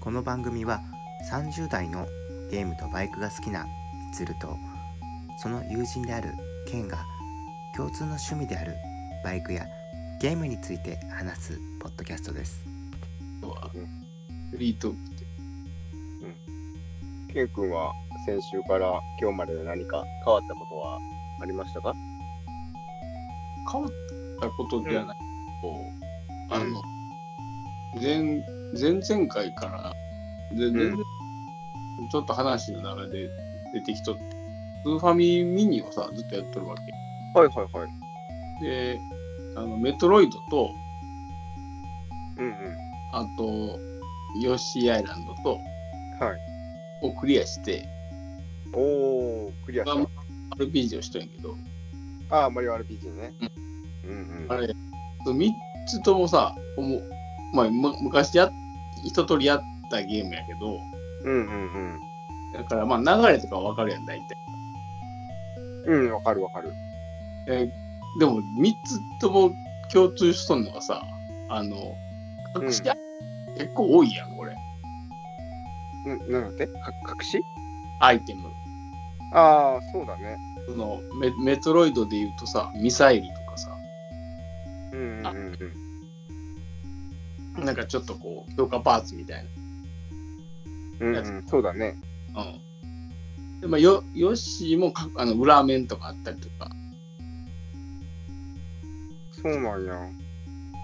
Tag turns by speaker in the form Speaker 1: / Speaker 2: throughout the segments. Speaker 1: この番組は30代のゲームとバイクが好きなみつるとその友人であるケンが共通の趣味であるバイクやゲームについて話すポッドキャストです
Speaker 2: は
Speaker 3: フリートークって。
Speaker 2: ケイ君は先週から今日までで何か変わったことはありましたか
Speaker 3: 変わったことではないけど、あの、前、前々回から、で
Speaker 2: ん
Speaker 3: 全然、ちょっと話の流れで出てきとって、スーファミミニをさ、ずっとやっとるわけ。
Speaker 2: はいはいはい。
Speaker 3: で、あの、メトロイドと、
Speaker 2: うんうん。
Speaker 3: あと、ヨッシーアイランドと、
Speaker 2: はい。
Speaker 3: をクリアして、
Speaker 2: おー、クリアし
Speaker 3: RPG をしとんやけど、
Speaker 2: た。ああー、マリオ RPG ね。うんう
Speaker 3: あ
Speaker 2: ん。
Speaker 3: れ、3つともさ、もうまあ、む昔やっ一通りやったゲームやけど、
Speaker 2: うんうん
Speaker 3: だからまあ流れとかはわかるやん、大体。
Speaker 2: うん。うん、わかるわかる。
Speaker 3: えーでも3つとも共通しとんのがさ、あの、
Speaker 2: うん
Speaker 3: 隠し、結構多いやん、これ。
Speaker 2: うん、なんだってか隠し
Speaker 3: アイテム。
Speaker 2: ああ、そうだね。
Speaker 3: そのメメトロイドで言うとさ、ミサイルとかさ、
Speaker 2: うんうんうんうん。
Speaker 3: なんかちょっとこう、強化パーツみたい
Speaker 2: うんうん、そうだね。
Speaker 3: な。うん。でまあ、よヨッシーもかあの裏面とかあったりとか、
Speaker 2: そうなんや。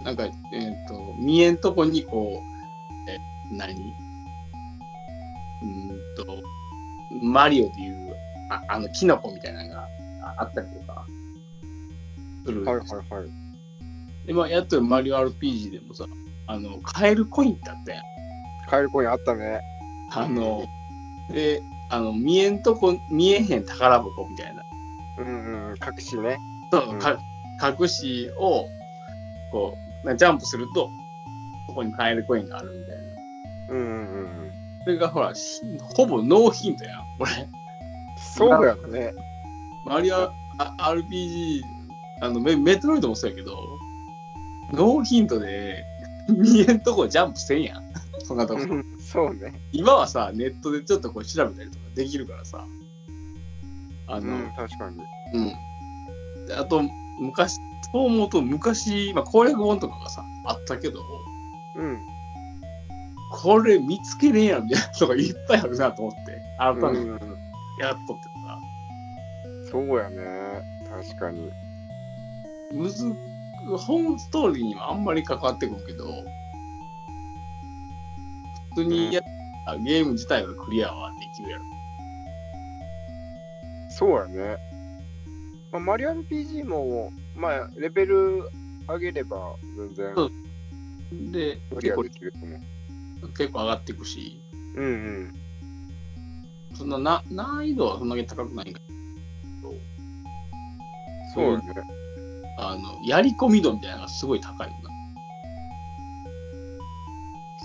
Speaker 3: なんか、えっ、と、見えんとこにこう、え、何うーんと、マリオでいう、ああの、キノコみたいなのがああったりとか、する。
Speaker 2: はいはいはい。
Speaker 3: で、まあ、やっとるマリオ RPG でもさ、あの、カエルコインってあったやん。
Speaker 2: カエルコインあったね。
Speaker 3: あの、で、あの、見えんとこ、見えへん宝箱みたいな。
Speaker 2: うんうん、隠しね。
Speaker 3: そう
Speaker 2: うん
Speaker 3: か隠しを、こう、なジャンプすると、そこにカエルコインがあるみたいな。
Speaker 2: うんうんうんうん。
Speaker 3: それがほら、しほぼノーヒントやん、これ。
Speaker 2: そうやね。
Speaker 3: マリオあ RPG、あのメ、メトロイドもそうやけど、ノーヒントで、見えんとこジャンプせんやん。そんなとこ。
Speaker 2: うんそうね。
Speaker 3: 今はさ、ネットでちょっとこう調べたりとかできるからさ。あ
Speaker 2: う
Speaker 3: の、
Speaker 2: ん、確かに。
Speaker 3: うん。であと、昔、そう思うと昔、まあ、攻略本とかがさ、あったけど、
Speaker 2: うん。
Speaker 3: これ見つけねえやんみたいなのがいっぱいあるなと思って、改
Speaker 2: う
Speaker 3: め
Speaker 2: ん
Speaker 3: て
Speaker 2: うん
Speaker 3: やっとってさ。
Speaker 2: そうやね。確かに。
Speaker 3: むず本ストーリーにはあんまり関わってくるけど普通にやったらゲーム自体はクリアはできるやろ
Speaker 2: そうやね。まあ、マリオ RPG も、まあ、レベル上げれば全然
Speaker 3: そうで
Speaker 2: クリ
Speaker 3: 結
Speaker 2: ア
Speaker 3: 構
Speaker 2: できると思う。
Speaker 3: 結構上がっていくし
Speaker 2: うんうん。
Speaker 3: そんなな難易度はそんなに高くないんだけど
Speaker 2: そうやね。
Speaker 3: あのやり込み度みたいなのがすごい高いよな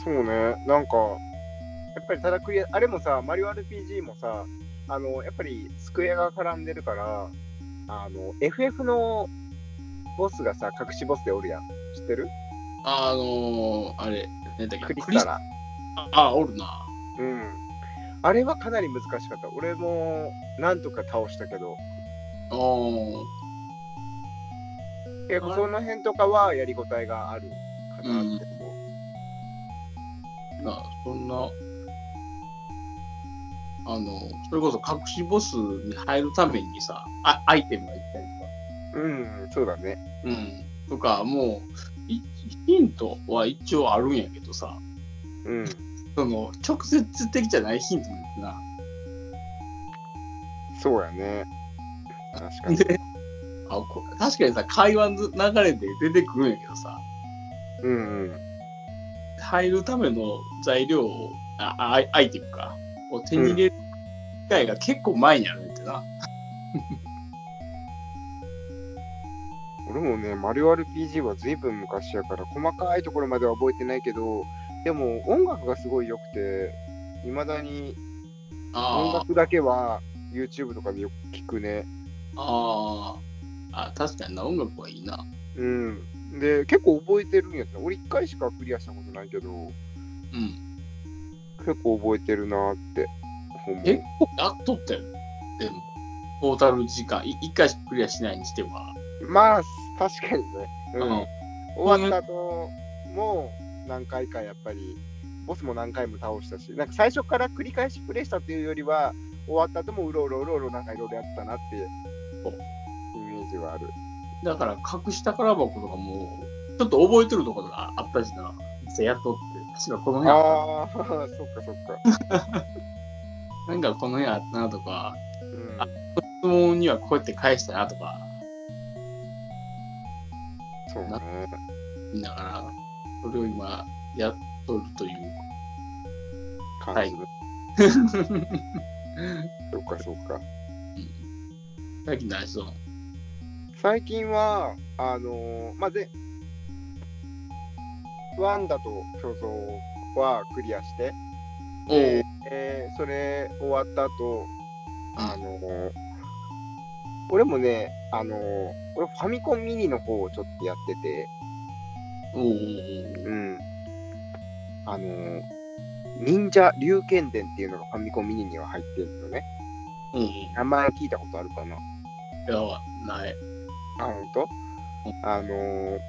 Speaker 2: そうね。なんか、やっぱりただクリア、あれもさ、マリオ RPG もさ、あの、やっぱりスクエアが絡んでるから、あの、FF のボスがさ、隠しボスでおるやん。知ってる
Speaker 3: あのー、あれ何だっけ
Speaker 2: クリスタラ。
Speaker 3: あおるな
Speaker 2: うん。あれはかなり難しかった。俺も、なんとか倒したけど、
Speaker 3: おー
Speaker 2: 結構その辺とかはやりごたえがあるかなって思う。
Speaker 3: なそんなあのそれこそ隠しボスに入るためにさあアイテムがいったり
Speaker 2: うん、そうだね。
Speaker 3: とかうんとかもういヒントは一応あるんやけどさ
Speaker 2: うん。
Speaker 3: その直接的じゃないヒントなんてな
Speaker 2: そうやね。確かに。
Speaker 3: であこ確かにさ会話の流れで出てくるんやけどさ
Speaker 2: うんうん。
Speaker 3: 入るための材料をああアイアイテムかを手に入れる機会が結構前にあるんやってな、
Speaker 2: 俺もね、マリオ RPG は随分昔やから、細かいところまでは覚えてないけど、でも音楽がすごい良くて、いまだに音
Speaker 3: あー
Speaker 2: 楽だけは YouTube とかでよく聞くね。
Speaker 3: あーあ確かにな音楽はいいな
Speaker 2: うん。で、結構覚えてるんやつな。俺一回しかクリアしたことないけど、
Speaker 3: うん。
Speaker 2: 結構覚えてるなーって思う。
Speaker 3: 結構やっとったよ。でも、トータル時間、い一回しかクリアしないにしては、
Speaker 2: まあ、確かにね。
Speaker 3: あ
Speaker 2: うん
Speaker 3: の、
Speaker 2: 終わった後も何回かやっぱりボスも何回も倒したしなんか最初から繰り返しプレイしたというよりは終わった後もうろうろうろうろなんかいろいろやってたなっていう
Speaker 3: お
Speaker 2: イメージはある
Speaker 3: だから隠した宝箱とかも、ちょっと覚えてるところがあったしな、実際やっとって、確かこの辺あっ
Speaker 2: ああそっかそっか、
Speaker 3: た、なんかこの辺あったなとか、
Speaker 2: うん
Speaker 3: あ、質問にはこうやって返したなとか、
Speaker 2: そうね
Speaker 3: だから、それを今、やっとるという。
Speaker 2: 感じだ、そっかそっか
Speaker 3: 最近何しとん
Speaker 2: 最近はあのーまあぜワンダと巨像はクリアして
Speaker 3: おー
Speaker 2: えーそれ終わった後あのー俺もね、あのー俺ファミコンミニの方をちょっとやってて、
Speaker 3: おー
Speaker 2: うん。あのー忍者龍剣伝っていうのがファミコンミニには入ってるのね。
Speaker 3: おーおー
Speaker 2: 名前聞いたことあるかない
Speaker 3: やばい、ない。
Speaker 2: あ、ほんとあのー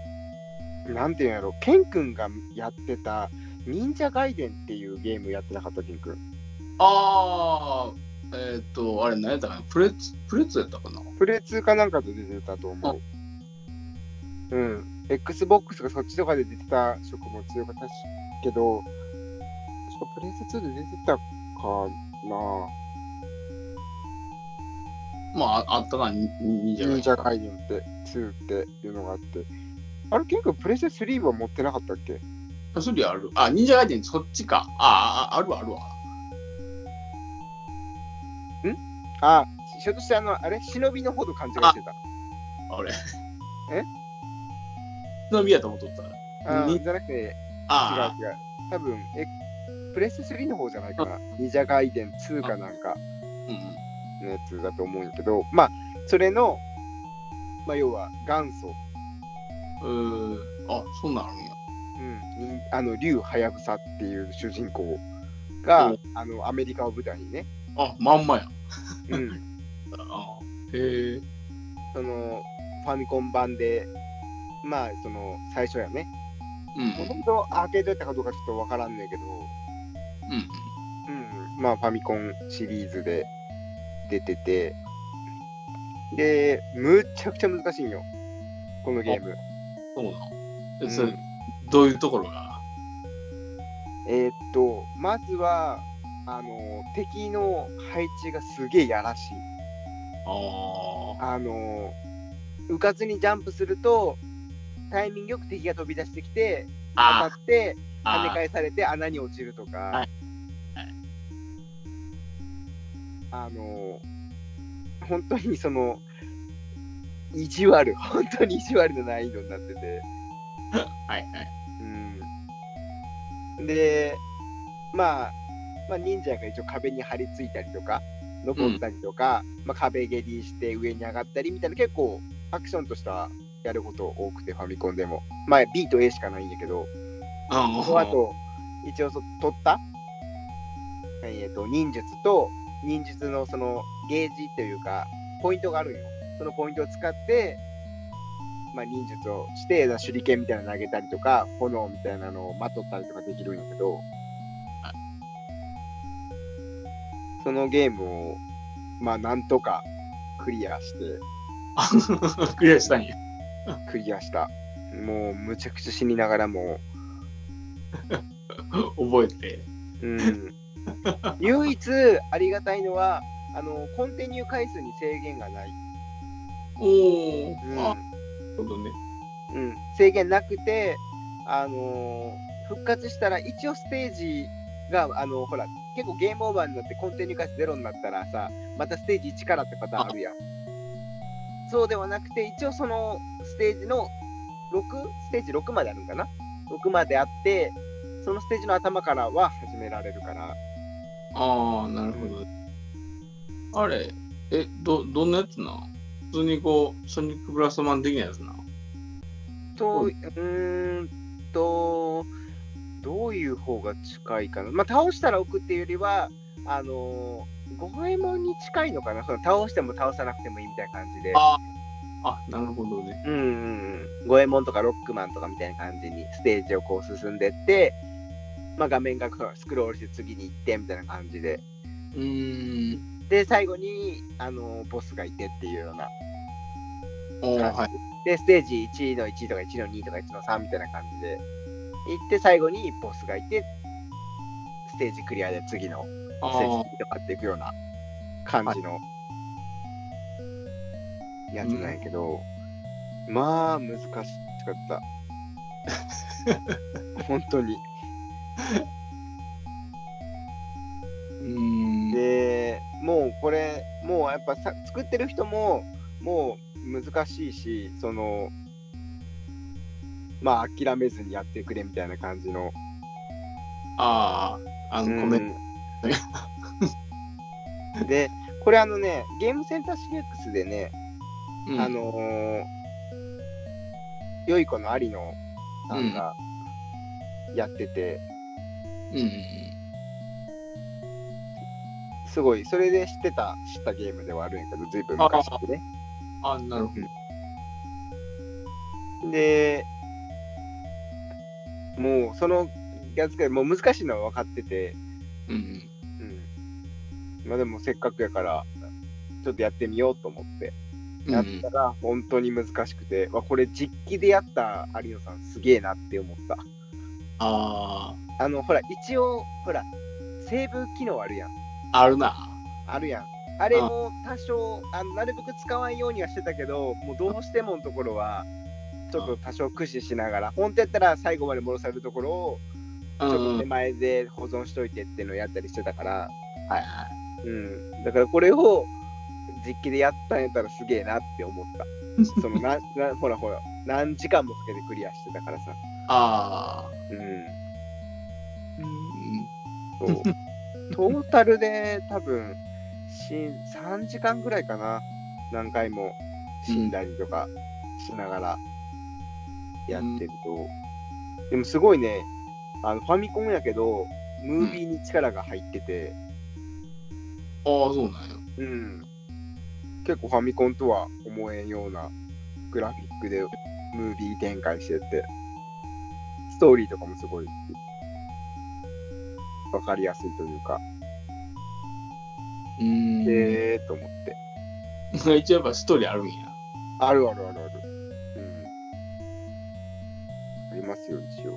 Speaker 2: なんていうんやろ、ケン君がやってた忍者ガイデンっていうゲームやってなかった、ケン君。
Speaker 3: ああ、えっ、と、あれ何やったかなプレッツ、プレッツやったかな
Speaker 2: プレ2かなんかで出てたと思う。うん。Xbox がそっちとかで出てた色も強かったしけど、確かプレイス2で出てたかな
Speaker 3: まあ、ああったな、にに忍
Speaker 2: 忍
Speaker 3: 者
Speaker 2: 者
Speaker 3: が。
Speaker 2: ガイデンって、2っていうのがあって。あれ、結構プレステ3は持ってなかったっけ
Speaker 3: それある。あ、忍者ガイデン、そっちか。ああ、ああるわ、あるわ。
Speaker 2: あ、ひょっとしてあの、あれ忍びの方と勘違いして
Speaker 3: あ れ。
Speaker 2: え
Speaker 3: 忍びやと思っとった。
Speaker 2: た。あ
Speaker 3: に
Speaker 2: じゃなくて、違う
Speaker 3: あ
Speaker 2: 違う。多分、えプレステ3の方じゃないかな。忍者ガイデン2かなんか。
Speaker 3: あ、うんうん。
Speaker 2: のやつだと思うんやけど、まあ、それの、まあ、要は元祖、
Speaker 3: えー、あ、そんなんあるんや。
Speaker 2: うん、にあの竜はやぶさっていう主人公が、
Speaker 3: うん
Speaker 2: あのアメリカを舞台にね、
Speaker 3: あ、まんまや。
Speaker 2: うん、
Speaker 3: あへえ。
Speaker 2: そのファミコン版で、まあ、その最初やね、
Speaker 3: う
Speaker 2: もと
Speaker 3: ん。
Speaker 2: もとアーケードやったかどうかちょっとわからんねんけど、
Speaker 3: うん。
Speaker 2: うん、まあ、ファミコンシリーズで出てて、で、むっちゃくちゃ難しいんよ、このゲーム。
Speaker 3: そうなの。え、そうれ
Speaker 2: ん、
Speaker 3: どういうところが
Speaker 2: えーっと、まずは、あの、敵の配置がすげえやらしい。
Speaker 3: ああ。
Speaker 2: あの、浮かずにジャンプすると、タイミングよく敵が飛び出してきて、当
Speaker 3: あ
Speaker 2: たって、跳ね
Speaker 3: あ
Speaker 2: 返されて穴に落ちるとか、
Speaker 3: はいはい
Speaker 2: あの、本当にその、意地悪、本当に意地悪な難易度になってて。
Speaker 3: はいはい。
Speaker 2: うんで、まあ、まあ、忍者が一応壁に張り付いたりとか、登ったりとか、まあ、壁蹴りして上に上がったりみたいな、結構アクションとしてはやること多くて、ファミコンでも。まあ、B と A しかないんやけど、
Speaker 3: あ
Speaker 2: その 後、一応そ取った、えー、と忍術と忍術のそのゲージというか、ポイントがあるんよ。そのポイントを使って、まあ、忍術をして、手裏剣みたいなの投げたりとか、炎みたいなのをまとったりとかできるんやけど、そのゲームを、まあ、なんとかクリアして、
Speaker 3: クリアしたんや。
Speaker 2: クリアした。もう、むちゃくちゃ死にながらも、
Speaker 3: 覚えて。
Speaker 2: うん、唯一ありがたいのはあのコンティニュー回数に制限がない、
Speaker 3: おお、
Speaker 2: うん
Speaker 3: あ、なるほどね。
Speaker 2: うん制限なくて、あのー復活したら一応ステージがあのほら結構ゲームオーバーになってコンティニュー回数ゼロになったらさまたステージ1からってパターンあるやんそうではなくて一応そのステージの6ステージ6まであるんかな6まであってそのステージの頭からは始められるから
Speaker 3: ああ、なるほど。あれ、え、ど、どんなやつな普通にこう、ソニックブラストマン的なやつな。
Speaker 2: と、
Speaker 3: う
Speaker 2: うーんと、どういう方が近いかな、まあ、倒したら置くっていうよりは、あのー、五右衛門に近いのかな、その倒しても倒さなくてもいいみたいな感じで、
Speaker 3: ああ、なるほどね。
Speaker 2: うんうんうん、五右衛門とかロックマンとかみたいな感じに、ステージをこう進んでって、まあ、画面がこうスクロールして次に行ってみたいな感じで、
Speaker 3: うーん。
Speaker 2: で、最後に、あのーボスがいてっていうような、
Speaker 3: おー
Speaker 2: はい
Speaker 3: はい。
Speaker 2: で、ステージ1の1とか1の2とか1の3みたいな感じで、行って、最後にボスがいて、ステージクリアで次の
Speaker 3: あ
Speaker 2: ステー
Speaker 3: ー
Speaker 2: ジにっていくような感じのやつなんやけど、まあ難しかった。本当に。
Speaker 3: うーん。
Speaker 2: でもうこれもうやっぱさ作ってる人ももう難しいしそのまあ諦めずにやってくれみたいな感じの
Speaker 3: ああ、あの、コメン
Speaker 2: うんでこれあのねゲームセンター CX でね
Speaker 3: ト。うん
Speaker 2: あ、のー、良い子の有野さんがやってて、
Speaker 3: うん。
Speaker 2: すごい、それで知ってた、知ったゲームではあるんやけど、ずいぶん昔にね。
Speaker 3: あなるほ
Speaker 2: で、もうそのやつがもう難しいのは分かってて、
Speaker 3: ど。うん。
Speaker 2: うん。まあでもせっかくやから、ちょっとやってみようと思って、
Speaker 3: うん
Speaker 2: やったら本当に難しくて、わこれ実機でやった有野さんすげえなって思った。
Speaker 3: あ
Speaker 2: あの、ほら、一応、ほら、セーブ機能あるやん。
Speaker 3: あ、あるな。
Speaker 2: あるやん。あれも多少あのなるべく使わんようにはしてたけど、もうどうしてものところは、ちょっと多少駆使しながら、本当やったら最後まで戻されるところを、
Speaker 3: う
Speaker 2: ち
Speaker 3: ん
Speaker 2: ょっと
Speaker 3: う
Speaker 2: 手
Speaker 3: ん。
Speaker 2: 前で保存しといてっていうのをやったりしてたから、
Speaker 3: はいはい。
Speaker 2: うん。だからこれを実機でやったんやったらすげえなって思 った。そのななほらほら、何時間もかけてクリアしてたからさ。
Speaker 3: ああ。
Speaker 2: うん。
Speaker 3: うん
Speaker 2: そう。 トータルで多分し3時間ぐらいかな。何回も死んだりとかしながらやってると。でもすごいね、あのファミコンやけど、ムービーに力が入ってて、
Speaker 3: ああ、そうなんや。
Speaker 2: うん。結構ファミコンとは思えんようなグラフィックでムービー展開してて、ストーリーとかもすごいわかりやすいというか、
Speaker 3: うーん。
Speaker 2: えーと思って。
Speaker 3: 一応やっぱストーリーあるんや。
Speaker 2: あるあるあるある。うん。ありますよ、一応。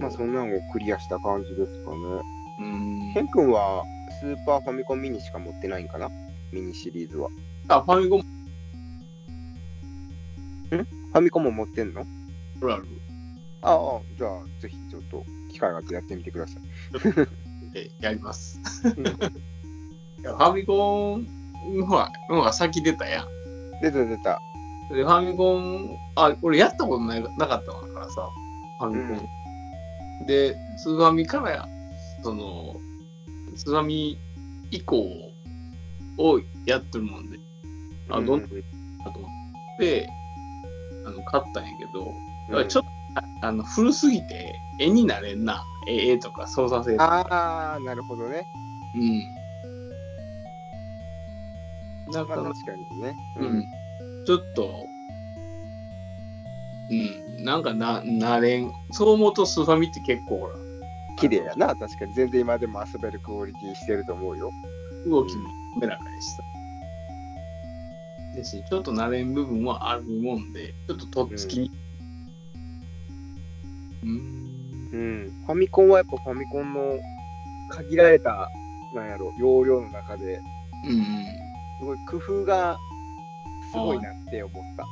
Speaker 2: まあ、そ
Speaker 3: うん
Speaker 2: なんをクリアした感じですかね。
Speaker 3: ーん
Speaker 2: ケン君は、スーパーファミコンミニしか持ってないんかなミニシリーズは。
Speaker 3: あ、ファミコンも
Speaker 2: ファミコンも持ってんの
Speaker 3: あるある。
Speaker 2: ああ、じゃあ、ぜひちょっと、機会があってやってみてください。
Speaker 3: えやります。
Speaker 2: ん
Speaker 3: いやファミコン、ほら、ほら、先出たやん。
Speaker 2: 出た出た。
Speaker 3: で、ファミコン、あ、俺やったことないなかったわからさ、ファミコン。で、スーファミから、その、スーファミ以降をやってるもんで、あ、どんな
Speaker 2: うん
Speaker 3: だと思って、あの、買ったんやけど、
Speaker 2: うん
Speaker 3: ちょっと、ああの、古すぎて、絵になれんな。絵絵とか操作性とか。
Speaker 2: ああ、なるほどね。
Speaker 3: うん。だか
Speaker 2: まあ、
Speaker 3: ら
Speaker 2: 確、かにね。
Speaker 3: うん。。ちょっと、うん、なんかな、なれん。そう思うとスーファミって結構ほら、
Speaker 2: 綺麗やな、確かに。全然今でも遊べるクオリティしてると思うよ。
Speaker 3: 動きも滑らかにした。ですし、ちょっとなれん部分はあるもんで、ちょっととっつきに。うん。
Speaker 2: うん、ファミコンはやっぱファミコンの限られた、なんやろ、容量の中で、
Speaker 3: うん。
Speaker 2: すごい工夫がすごいなって思った。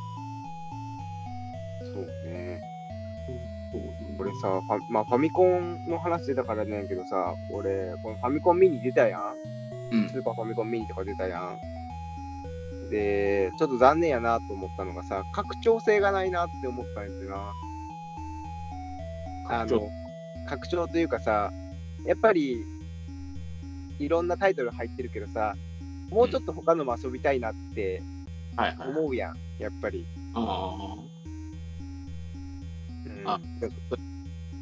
Speaker 2: そうね。これさ、ファ,、まあ、ファミコンの話出たからなんやけどさ、俺、このファミコンミニ出たやん。
Speaker 3: うん
Speaker 2: スーパーファミコンミニとか出たやん。で、ちょっと残念やなと思ったのがさ、拡張性がないなって思ったんやってな。あ
Speaker 3: 拡張
Speaker 2: の、拡張というかさ、やっぱり、いろんなタイトル入ってるけどさ、もうちょっと他のも遊びたいなって
Speaker 3: はいはい。
Speaker 2: 思うやん、やっぱり。
Speaker 3: あ
Speaker 2: うん
Speaker 3: ああ、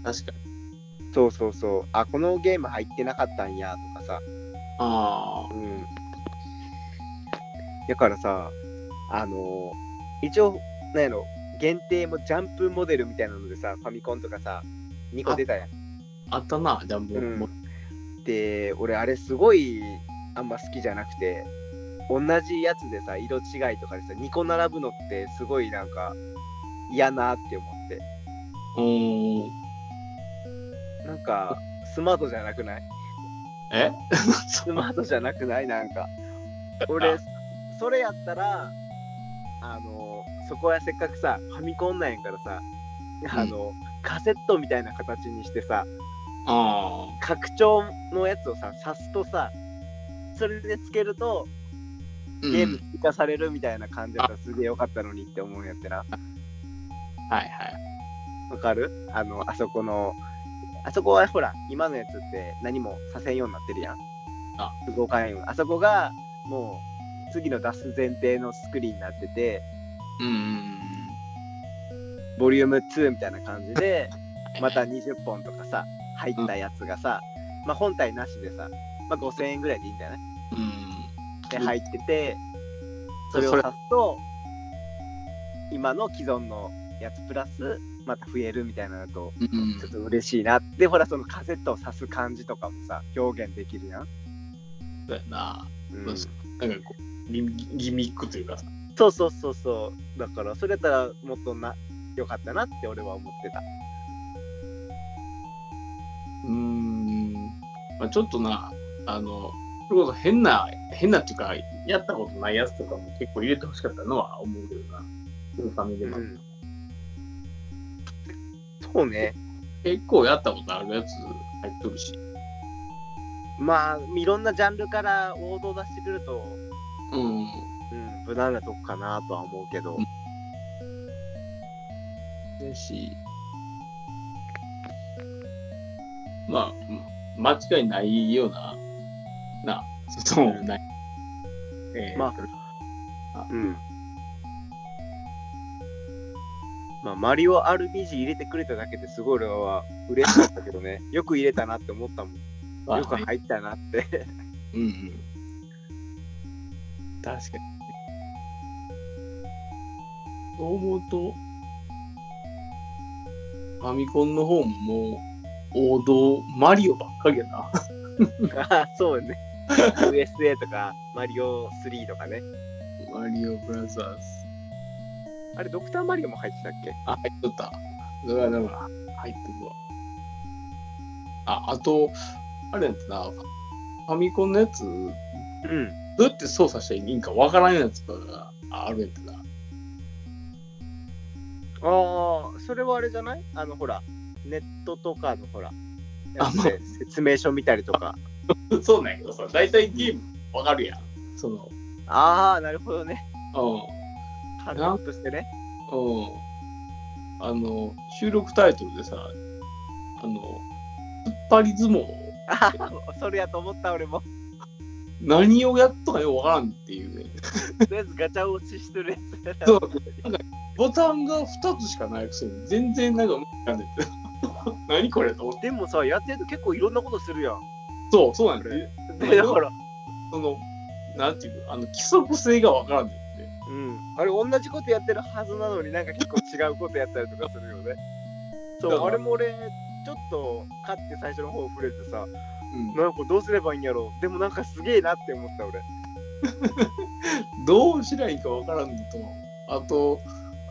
Speaker 3: 確かに。
Speaker 2: そうそうそう。あ、このゲーム入ってなかったんやとかさ。
Speaker 3: あ
Speaker 2: うん。だからさ、あのー一応、なんやろ、限定もジャンプモデルみたいなのでさ、ファミコンとかさ、2個出たやん。
Speaker 3: あ、あったな、ジャンボ。
Speaker 2: うんで、俺、あれすごいあんま好きじゃなくて、同じやつでさ、色違いとかでさ、2個並ぶのってすごいなんか嫌なって思って。
Speaker 3: うん。
Speaker 2: なんか、スマートじゃなくない
Speaker 3: え
Speaker 2: スマートじゃなくないなんか。俺
Speaker 3: あ、
Speaker 2: それやったら、あの、そこはせっかくさ、ファミコンなんやからさ、あの、カセットみたいな形にしてさ、
Speaker 3: あ
Speaker 2: 拡張のやつをさ、挿すとさ、それでつけると、
Speaker 3: ーうん
Speaker 2: ゲーム追加されるみたいな感じだったらすげえよかったのにって思うんやってな。
Speaker 3: はいはい。
Speaker 2: わかるあの、あそこの、あそこはほら、今のやつって何もさせんようになってるやん。
Speaker 3: あ
Speaker 2: 不合関運。あそこが、もう、次の出す前提のスクリーンになってて、
Speaker 3: うんうん
Speaker 2: ボリューム2みたいな感じで、
Speaker 3: うん。
Speaker 2: また20本とかさ、入ったやつがさ、まあ本体なしでさ、まあ5000円ぐらいでいいんだよね。
Speaker 3: うん。
Speaker 2: で、
Speaker 3: うん
Speaker 2: 入ってて、そ
Speaker 3: それ
Speaker 2: れを足すと、今の既存のやつプラス、また増えるみたいなのと、
Speaker 3: うん
Speaker 2: ちょっと嬉しいなって、ほら、そのカセットを挿す感じとかもさ、表現できるやん。
Speaker 3: そうやな。
Speaker 2: うん
Speaker 3: そうそうなんかこう、ギミギミックというかさ。
Speaker 2: そうそうそうそう。だから、それやったらもっとな、良かったなって俺は思ってた。
Speaker 3: うーん。まあ、ちょっとな、あの、それこそ変な、変なっていうか、やったことないやつとかも結構入れてほしかったのは思うけどな。スーファミでも。
Speaker 2: うんそうね。
Speaker 3: 結構やったことあるやつ入っとるし。
Speaker 2: まあ、いろんなジャンルから王道出してくると、
Speaker 3: うん。
Speaker 2: うん、無難なとこかなとは思うけど。
Speaker 3: だし、まあ、ま間違いないような、な、そうもない。えー
Speaker 2: まうん。まあ、マリオ RPG 入れてくれただけですごい俺は嬉しかったけどね。よく入れたなって思ったもん。
Speaker 3: まあ
Speaker 2: よく入ったなって。
Speaker 3: うんうん。確かに。そう思うと、ファミコンの方ももう、王道、マリオばっかりやな。
Speaker 2: あーそうね。USA とか、マリオ3とかね。
Speaker 3: マリオブラザーズ。
Speaker 2: あれ、ドクターマリオも入ってたっけ
Speaker 3: あ、入っとった。だから、だから、入っとくわ。あ、あと、あれやったな、ファミコンのやつ、ど
Speaker 2: うん。
Speaker 3: うやって操作したらいいんかわからんやつとかがあるやったな。
Speaker 2: ああ、それはあれじゃないあの、ほら、ネットとかのほら、や
Speaker 3: あ
Speaker 2: つで説明書見たりとか。
Speaker 3: そうなんやけどさ、大体ゲームわかるやん。その、
Speaker 2: ああ、なるほどね。
Speaker 3: う
Speaker 2: 感覚としてね。
Speaker 3: ん、うん。あの、収録タイトルでさ、あの、突っ張り相撲、
Speaker 2: ああ、それやと思った俺も。
Speaker 3: 何をやったかよくわからんっていうね。
Speaker 2: とりあえずガチャ落ちしてるやつやな
Speaker 3: そうボタンが2つしかないくせに、全然なんか無理なんでて。 何これと思って。
Speaker 2: でもさ、やってると結構いろんなことするやん。
Speaker 3: そう、そうなんです。
Speaker 2: で、だから、
Speaker 3: その、なんていうの、あの、規則性がわからんでって。
Speaker 2: うん。あれ、同じことやってるはずなのになんか結構違うことやったりとかするよね。そ
Speaker 3: だ
Speaker 2: う、
Speaker 3: から
Speaker 2: あれも俺、ちょっと勝って最初の方触れてさ、
Speaker 3: う
Speaker 2: なんかどうすればいいんやろう。でもなんかすげえなって思った俺。
Speaker 3: ん。どうしりゃいいかわからんのと、あと、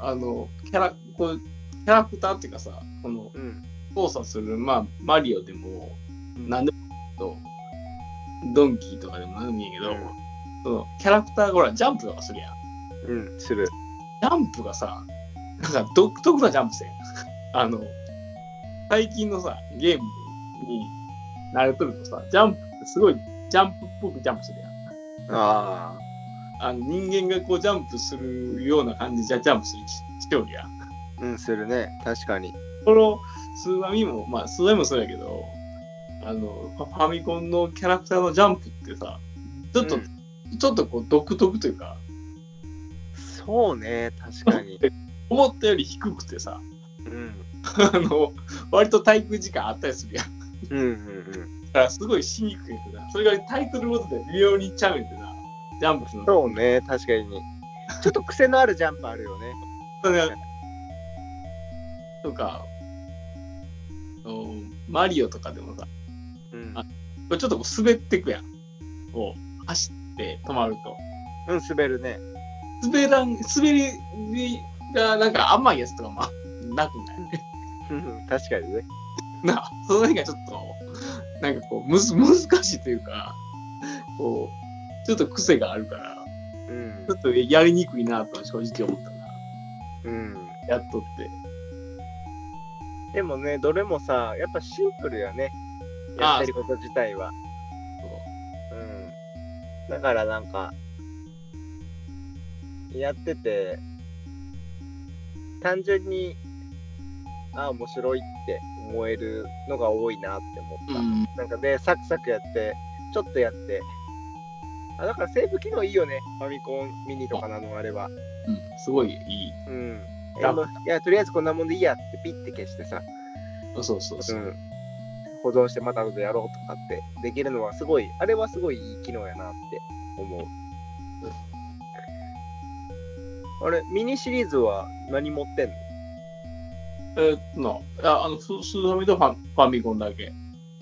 Speaker 3: あの、キャラ、こう、キャラクターっていうかさ、この、
Speaker 2: うん。
Speaker 3: 操作する、まあ、マリオでも、なんでもいいけど、ドンキーとかでもなんでもいいけど、
Speaker 2: うん
Speaker 3: そのキャラクターがほら、ジャンプとかするやん。
Speaker 2: うん、する。
Speaker 3: ジャンプがさ、なんか独特なジャンプせん。 あの、最近のさ、ゲームに慣れとるとさ、ジャンプってすごいジャンプっぽくジャンプするやん。
Speaker 2: あ
Speaker 3: あの人間がこうジャンプするような感じじゃジャンプするししよるやん。
Speaker 2: あ、うん、するね。確かに。
Speaker 3: このスーファミも、まあスーファミもそうやけど、あの、ファファミコンのキャラクターのジャンプってさ、ちょっと、
Speaker 2: う
Speaker 3: ちょっとこう独特というか、
Speaker 2: そうね、確かに。
Speaker 3: 思ったより低くてさ、
Speaker 2: うん。
Speaker 3: あの、割と滞空時間あったりするやん。
Speaker 2: うんうん
Speaker 3: だからすごいしにくいけどな。それがタイトルごとで微妙にちゃめてな、ジャンプす
Speaker 2: う
Speaker 3: る
Speaker 2: ん。
Speaker 3: の。
Speaker 2: そうね、確かに。ちょっと癖のあるジャンプあるよね。
Speaker 3: それとか、うんマリオとかでもさ、
Speaker 2: うん
Speaker 3: あこれちょっとこう滑ってくやん。こう、走って止まると。
Speaker 2: うん、滑るね。
Speaker 3: 滑らん、滑りがなんか甘いやつとかもあなくない
Speaker 2: うん確かにね。
Speaker 3: な、その辺がちょっと、なんかこう、むず、難しいというか、こう、ちょっと癖があるから、
Speaker 2: うん
Speaker 3: ちょっとやりにくいなとは正直思ったな。
Speaker 2: うん。
Speaker 3: やっとって。
Speaker 2: でもね、どれもさ、やっぱシンプルやね。やっ
Speaker 3: あー
Speaker 2: てること自体は。うん。だからなんか、やってて、単純に、ああ、面白いって思えるのが多いなって思った。
Speaker 3: ん。
Speaker 2: なんかで、サクサクやって、ちょっとやって。あだからセーブ機能いいよね。ファミコンミニとかなのあれば。
Speaker 3: うん、すごいいい。
Speaker 2: うん。
Speaker 3: あ
Speaker 2: あのいや、とりあえずこんなもんでいいやってピッて消してさ。
Speaker 3: そうそうそうう。
Speaker 2: ん、保存してまた後でやろうとかってできるのはすごいあれはすごいいい機能やなって思うあれミニシリーズは何持ってんの
Speaker 3: えーっとな、ああの、ススーファミとファファミコンだけ。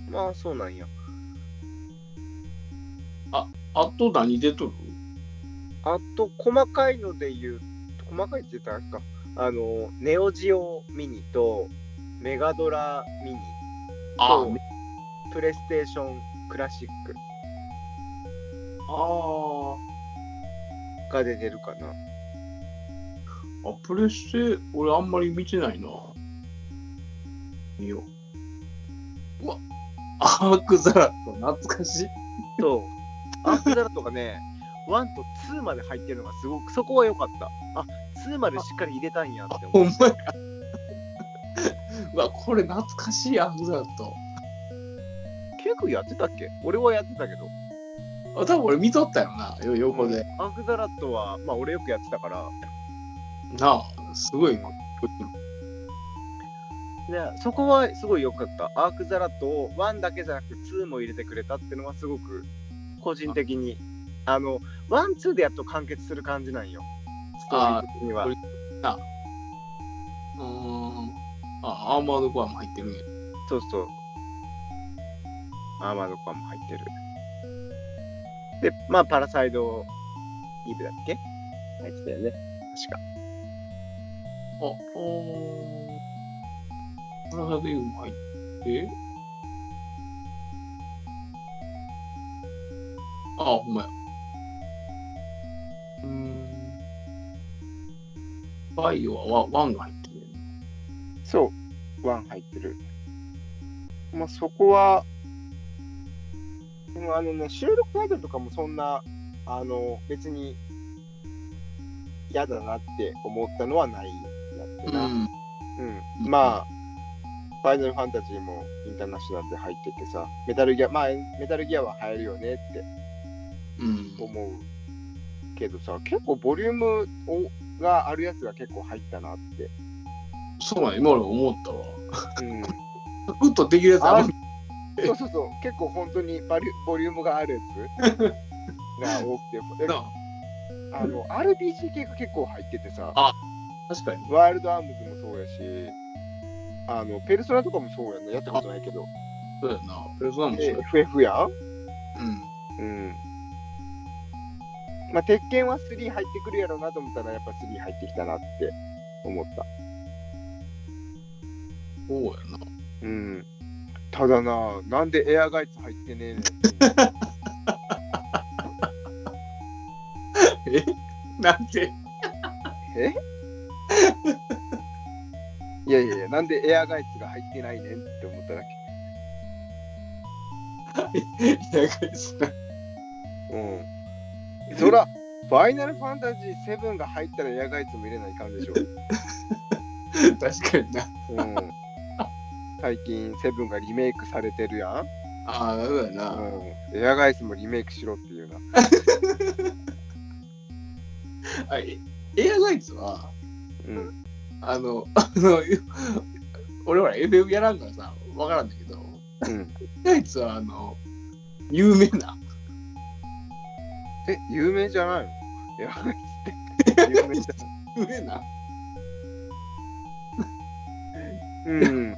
Speaker 2: まあそうなんや
Speaker 3: あと何出とる
Speaker 2: あと細かいので言う細かいって言ったらあれかあのネオジオミニとメガドラミニ
Speaker 3: あ
Speaker 2: とプレイステーションクラシック
Speaker 3: あ
Speaker 2: が出てるかな
Speaker 3: ー。あ、プレステ、俺あんまり見てないな。見よう。うわ、アークザラット、懐かしい。
Speaker 2: そう。アークザラとかね、1と2まで入ってるのがすごく、そこは良かった。あ、2までしっかり入れたんやって
Speaker 3: ほん
Speaker 2: 思っ
Speaker 3: まや。 うわ、これ懐かしいアークザラット。
Speaker 2: て。結構やってたっけ俺はやってたけど。
Speaker 3: あ、多分俺見とったよな、よ横で。
Speaker 2: アークザラットは、まあ俺よくやってたから、
Speaker 3: なあ、すごい。
Speaker 2: でそこはすごい良かった。アークザラットを1だけじゃなくて2も入れてくれたってのはすごく個人的に、あの、1、2でやっと完結する感じなんよ。ストーリー的には
Speaker 3: あー。うーん。あ、アーマードコアも入ってるんや。
Speaker 2: そうそう。アーマードコアも入ってる。で、まあ、パラサイドイブだっけ入ってたよね。確か。
Speaker 3: あ、おー。プラザデウム入って。あ、ほんまや。うーん。バイオはワワンが入ってる。
Speaker 2: そう。ワン入ってる。まあ、そこは、でもあのね、収録タイトルとかもそんな、あの、別に嫌だなって思ったのはないやってな。
Speaker 3: ん。
Speaker 2: うん、まあ、ファイナルファンタジーもインターナショナルで入っててさ、メタルギア、まあ、メタルギアは入るよねって
Speaker 3: うん。
Speaker 2: 思うけどさ、結構ボリュームをがあるやつが結構入ったなって。
Speaker 3: そうだね、今俺思ったわ。
Speaker 2: うん、
Speaker 3: サクッとできるやつある
Speaker 2: そうそうそう、結構本当にバリュボリュームがあるやつが多くて、
Speaker 3: な。
Speaker 2: あの RPG 系が結構入っててさ、
Speaker 3: 確かに。
Speaker 2: ワイルドアームズもそうやし、あのペルソナとかもそうやね、やったことないけど、
Speaker 3: そうだよな。プレスワンもそう
Speaker 2: で
Speaker 3: だよ。
Speaker 2: FF やん
Speaker 3: うん。
Speaker 2: うん。まあ、鉄拳は3入ってくるやろうなと思ったら、やっぱ3入ってきたなって思った。
Speaker 3: そうやな。
Speaker 2: うん。ただな、なんでエアガイツ入ってねえねん。
Speaker 3: なん て。
Speaker 2: えいやいやいや、なんでエアガイツが入ってないねんって思っただ
Speaker 3: いや、そんな
Speaker 2: け。うん。そら、ファイナルファンタジー7が入ったらエアガイツも入れないかんでしょ。
Speaker 3: 確かにな。
Speaker 2: うん。最近、7がリメイクされてるやん。
Speaker 3: ああ、そうだよな。
Speaker 2: うん。エアガイツもリメイクしろっていうな。
Speaker 3: はい。エアナイツは、
Speaker 2: うん。
Speaker 3: あの、 あの、俺ほら FF やらんからさ、わからんだけど、
Speaker 2: うん。
Speaker 3: エアナイツはあの、有名な。
Speaker 2: え、有名じゃないのいや、って。有名じゃない。
Speaker 3: 有名な。
Speaker 2: うん。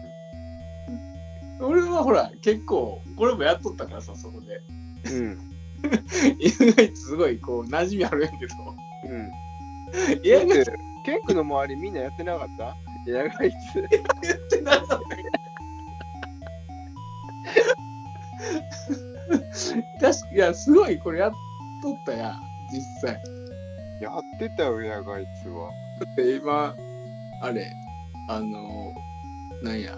Speaker 3: 俺はほら、結構、これもやっとったからさ、そこで。
Speaker 2: うん。
Speaker 3: エアナイツすごい、こう、馴染みあるんやけど、
Speaker 2: うん。
Speaker 3: エアナイ
Speaker 2: だってケンクの周りみんなやってなかったエアガイツ。
Speaker 3: ツってなかった確かいや、すごい、これやっとったやん、実際。
Speaker 2: やってたよ、エアガイツは。
Speaker 3: で今あれあのなんや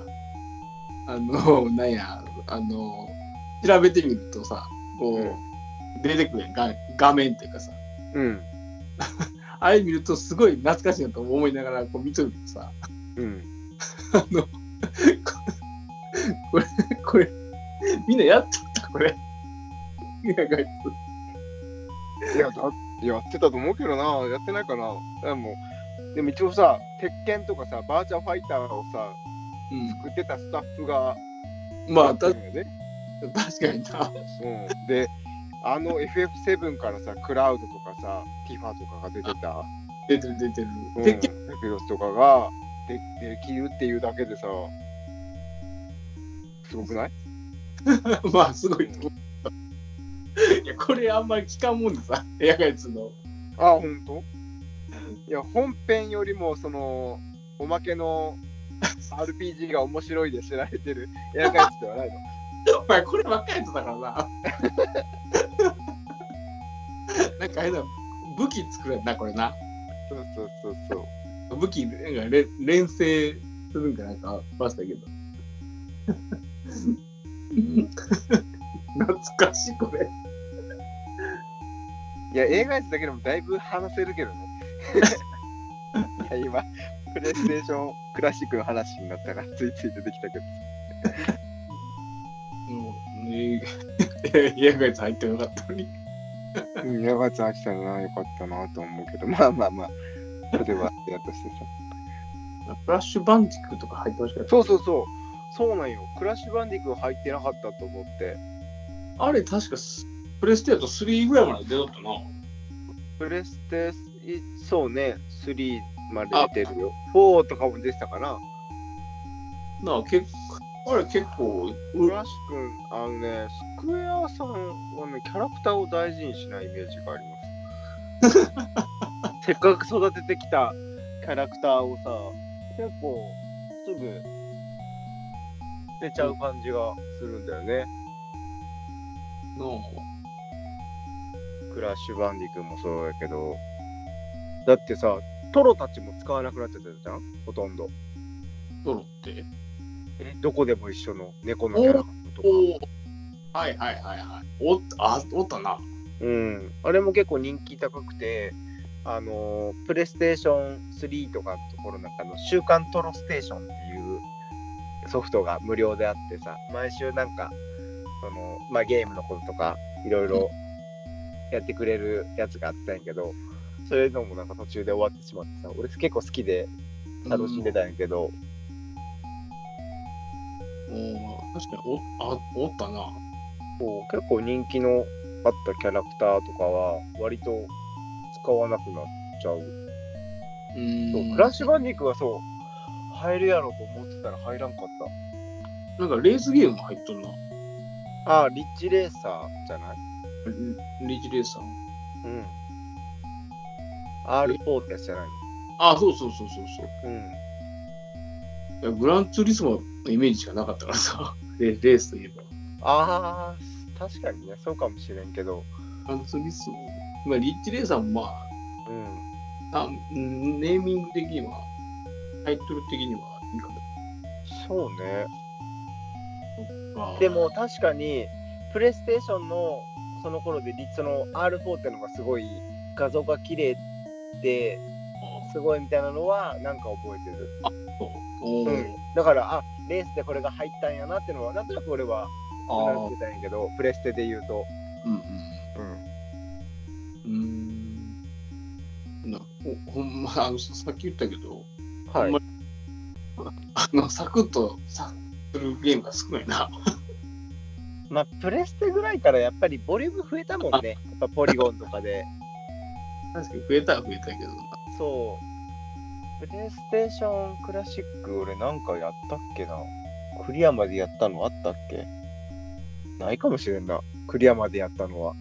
Speaker 3: あの なんやあの調べてみるとさこう、出てくるやん画画面っていうかさ
Speaker 2: うん。
Speaker 3: あれ見るとすごい懐かしいなと思いながらこう見とるけどさ
Speaker 2: うん。
Speaker 3: あのこ これこれみんなやっとったこれいやこれ
Speaker 2: いや、だやってたと思うけどな。やってないかな。でも、でも一応さ、鉄拳とかさ、バーチャファイターをさ、作ってたスタッフが、
Speaker 3: うんまあた
Speaker 2: だ
Speaker 3: 確
Speaker 2: よね。
Speaker 3: かにな
Speaker 2: うん。で、あの FF7 からさ、クラウドとかさ、ティファとかが出てた、
Speaker 3: 出てる出てる、
Speaker 2: うん、
Speaker 3: 鉄
Speaker 2: ペ
Speaker 3: 拳
Speaker 2: クロスとかがでできるっていうだけでさ、すごくない
Speaker 3: まあすごいと思った。いやこれあんまり聞かんもんでさ、エアガイツの。
Speaker 2: あ、ほんといや、本編よりも、その、おまけ の RPG が面白いで知られてるエアガイツではないの。
Speaker 3: お前こればっかりやっとったからな。なんか変な武器作るやんな、これな。
Speaker 2: そうそうそうそう。
Speaker 3: 武器なんかれ連成するんかなんかバスだけど。懐かしいこれ。
Speaker 2: いや、映画やつだけでもだいぶ話せるけど ね。いや今、プレイステーションクラシックの話になったから、ついつい出てきたけど。
Speaker 3: もうねエアガイツ入ってよかったのに。
Speaker 2: うん、やばつ飽きたな、よかったなと思うけど、まあまあまあ、それはやとしてさ。
Speaker 3: フラッシュバンジックとか入ってほしかった。
Speaker 2: そうそうそう、そうなんよ。クラッシュバンディク入ってなかったと思って、
Speaker 3: あれ確かスプレステやと3ぐらいまで出とったな。
Speaker 2: プレステ、いそうね、3まで出てるよ。4とかも出てたかな。
Speaker 3: なあ、結構、あれ結構、
Speaker 2: ク
Speaker 3: う
Speaker 2: ラッシュ君、あのね、スクエアさんはね、キャラクターを大事にしないイメージがあります。せっかく育ててきたキャラクターをさ、結構すぐ捨てちゃう感じがするんだよね。
Speaker 3: の、
Speaker 2: クラッシュバンディ君もそうやけど。だってさ、トロたちも使わなくなっちゃってたじゃんほとんど。
Speaker 3: トロって。
Speaker 2: どこでも一緒の猫のキャラクターとか。
Speaker 3: おはいはいはいはい。おっあ、おったな。
Speaker 2: うん、あれも結構人気高くて、あのープレイステーション3とかのところの中の「週刊トロステーション」っていうソフトが無料であってさ毎週なんかその、まあ、ゲームのこととかいろいろやってくれるやつがあったんやけどそういうのもなんか途中で終わってしまってさ俺結構好きで楽しんでたんやけど、
Speaker 3: うん。お確かに、おあ、おったな。
Speaker 2: こう結構人気のあったキャラクターとかは割と使わなくなっちゃう
Speaker 3: う
Speaker 2: そう
Speaker 3: ーん。
Speaker 2: クラッシュバンディクはそう、入るやろと思ってたら入らんかっ
Speaker 3: なんかレースゲームも入っとるな。
Speaker 2: た。ああ、リッチレーサーじゃない
Speaker 3: リーチレーサー。
Speaker 2: うん。R4 ってやつじゃない
Speaker 3: あ、そうそうそうそうそ
Speaker 2: のうん。
Speaker 3: う。いや、グランツーリスモのイメージしかなかったからさ。 レレースといえば。
Speaker 2: ああ、確かにね、そうかもしれんけど。
Speaker 3: グランツーリスモ。まあ、リッチレーサーもまあ、
Speaker 2: うん。
Speaker 3: あうんネーミング的には、タイトル的にはいいか
Speaker 2: そうね。
Speaker 3: な。
Speaker 2: でも、確かに、プレイステーションのその頃で、リその R4 ってのがすごい画像が綺麗で、すごいみたいなのはなんか覚えてる。
Speaker 3: おー
Speaker 2: だから、あ、レースでこれが入ったんやなってのは、なんとなく俺は
Speaker 3: あ
Speaker 2: な
Speaker 3: ー
Speaker 2: ってたんやけど、プレステで言うと。
Speaker 3: うんうん。うーん。なほほんま、あの、ささっき言ったけど、
Speaker 2: は
Speaker 3: ほんまあの、サクッとさするゲームが少ないな。
Speaker 2: まあ、プレステぐらいからやっぱりボリューム増えたもんね。やっぱポリゴンとかで。
Speaker 3: 確かに増えたは増えたけどな。
Speaker 2: そう。プレイステーションクラシック、俺なんかやったっけな。クリアまでやったのあったっけないかもしれんな。クリアまでやったのは。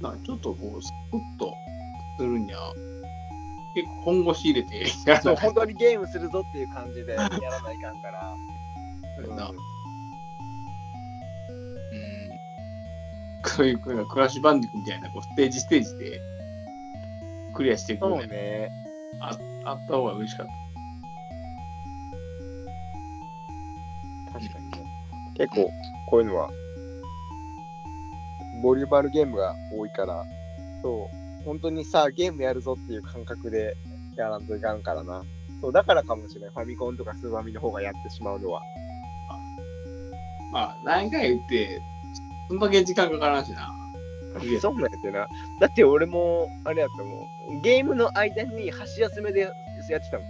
Speaker 3: なちょっとこう、サクッとするには、結構本腰入れてやら
Speaker 2: そう、
Speaker 3: なきゃ
Speaker 2: 本当にゲームするぞっていう感じでやらないかんから。
Speaker 3: な。うん。こういう、こういうクラッシュバンディックみたいな、こう、ステージステージで、クリアしていく
Speaker 2: そ
Speaker 3: の
Speaker 2: うね。
Speaker 3: あった方が嬉しかった。
Speaker 2: 確かにね。結構、こういうのは、ボリュームあるゲームが多いから、そう、本当にさ、ゲームやるぞっていう感覚でやらんといかんからな。そう、だからかもしれない。ファミコンとかスーファミの方がやってしまうのは。
Speaker 3: まあ、何回言って、そんだけ時間かからんしな。いや
Speaker 2: そうなんやってな。だって俺も、あれやったもん。ゲームの間に箸休めでやってたも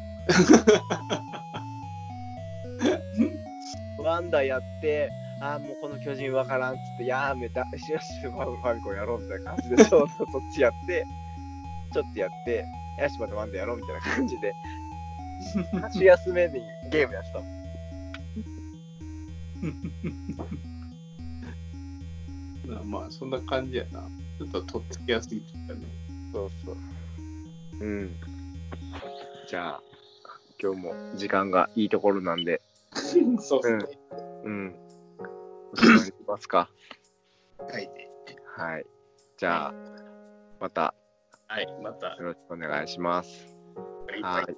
Speaker 2: ん。ワンダやって、ああ、もうこの巨人わからんっつって、やめた。よしよし、ファミコンやろうみたいな感じで、そうそう、そっちやって、ちょっとやって、よし、またワンダやろうみたいな感じで、箸休めにゲームやってたもん。
Speaker 3: まあまあ、そんな感じやな。ちょっととっつきやすいというかね。
Speaker 2: そうそう。うん。じゃあ、今日も時間がいいところなんで、
Speaker 3: そうですね。
Speaker 2: うん。お世話にしますか。
Speaker 3: はいで。
Speaker 2: はい。じゃあ、また
Speaker 3: はい、また。
Speaker 2: よろしくお願いします。
Speaker 3: は
Speaker 2: はいい。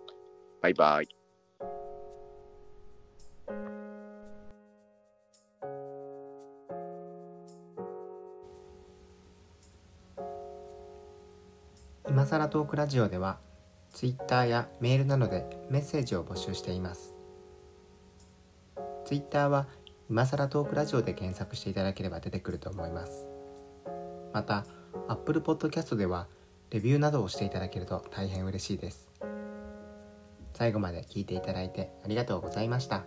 Speaker 2: バイバイ。
Speaker 1: 今さらトークラジオでは Twitter やメールなどでメッセージを募集しています Twitter は今さらトークラジオで検索していただければ出てくると思いますまた Apple Podcast ではレビューなどをしていただけると大変嬉しいです最後まで聞いていただいてありがとうございました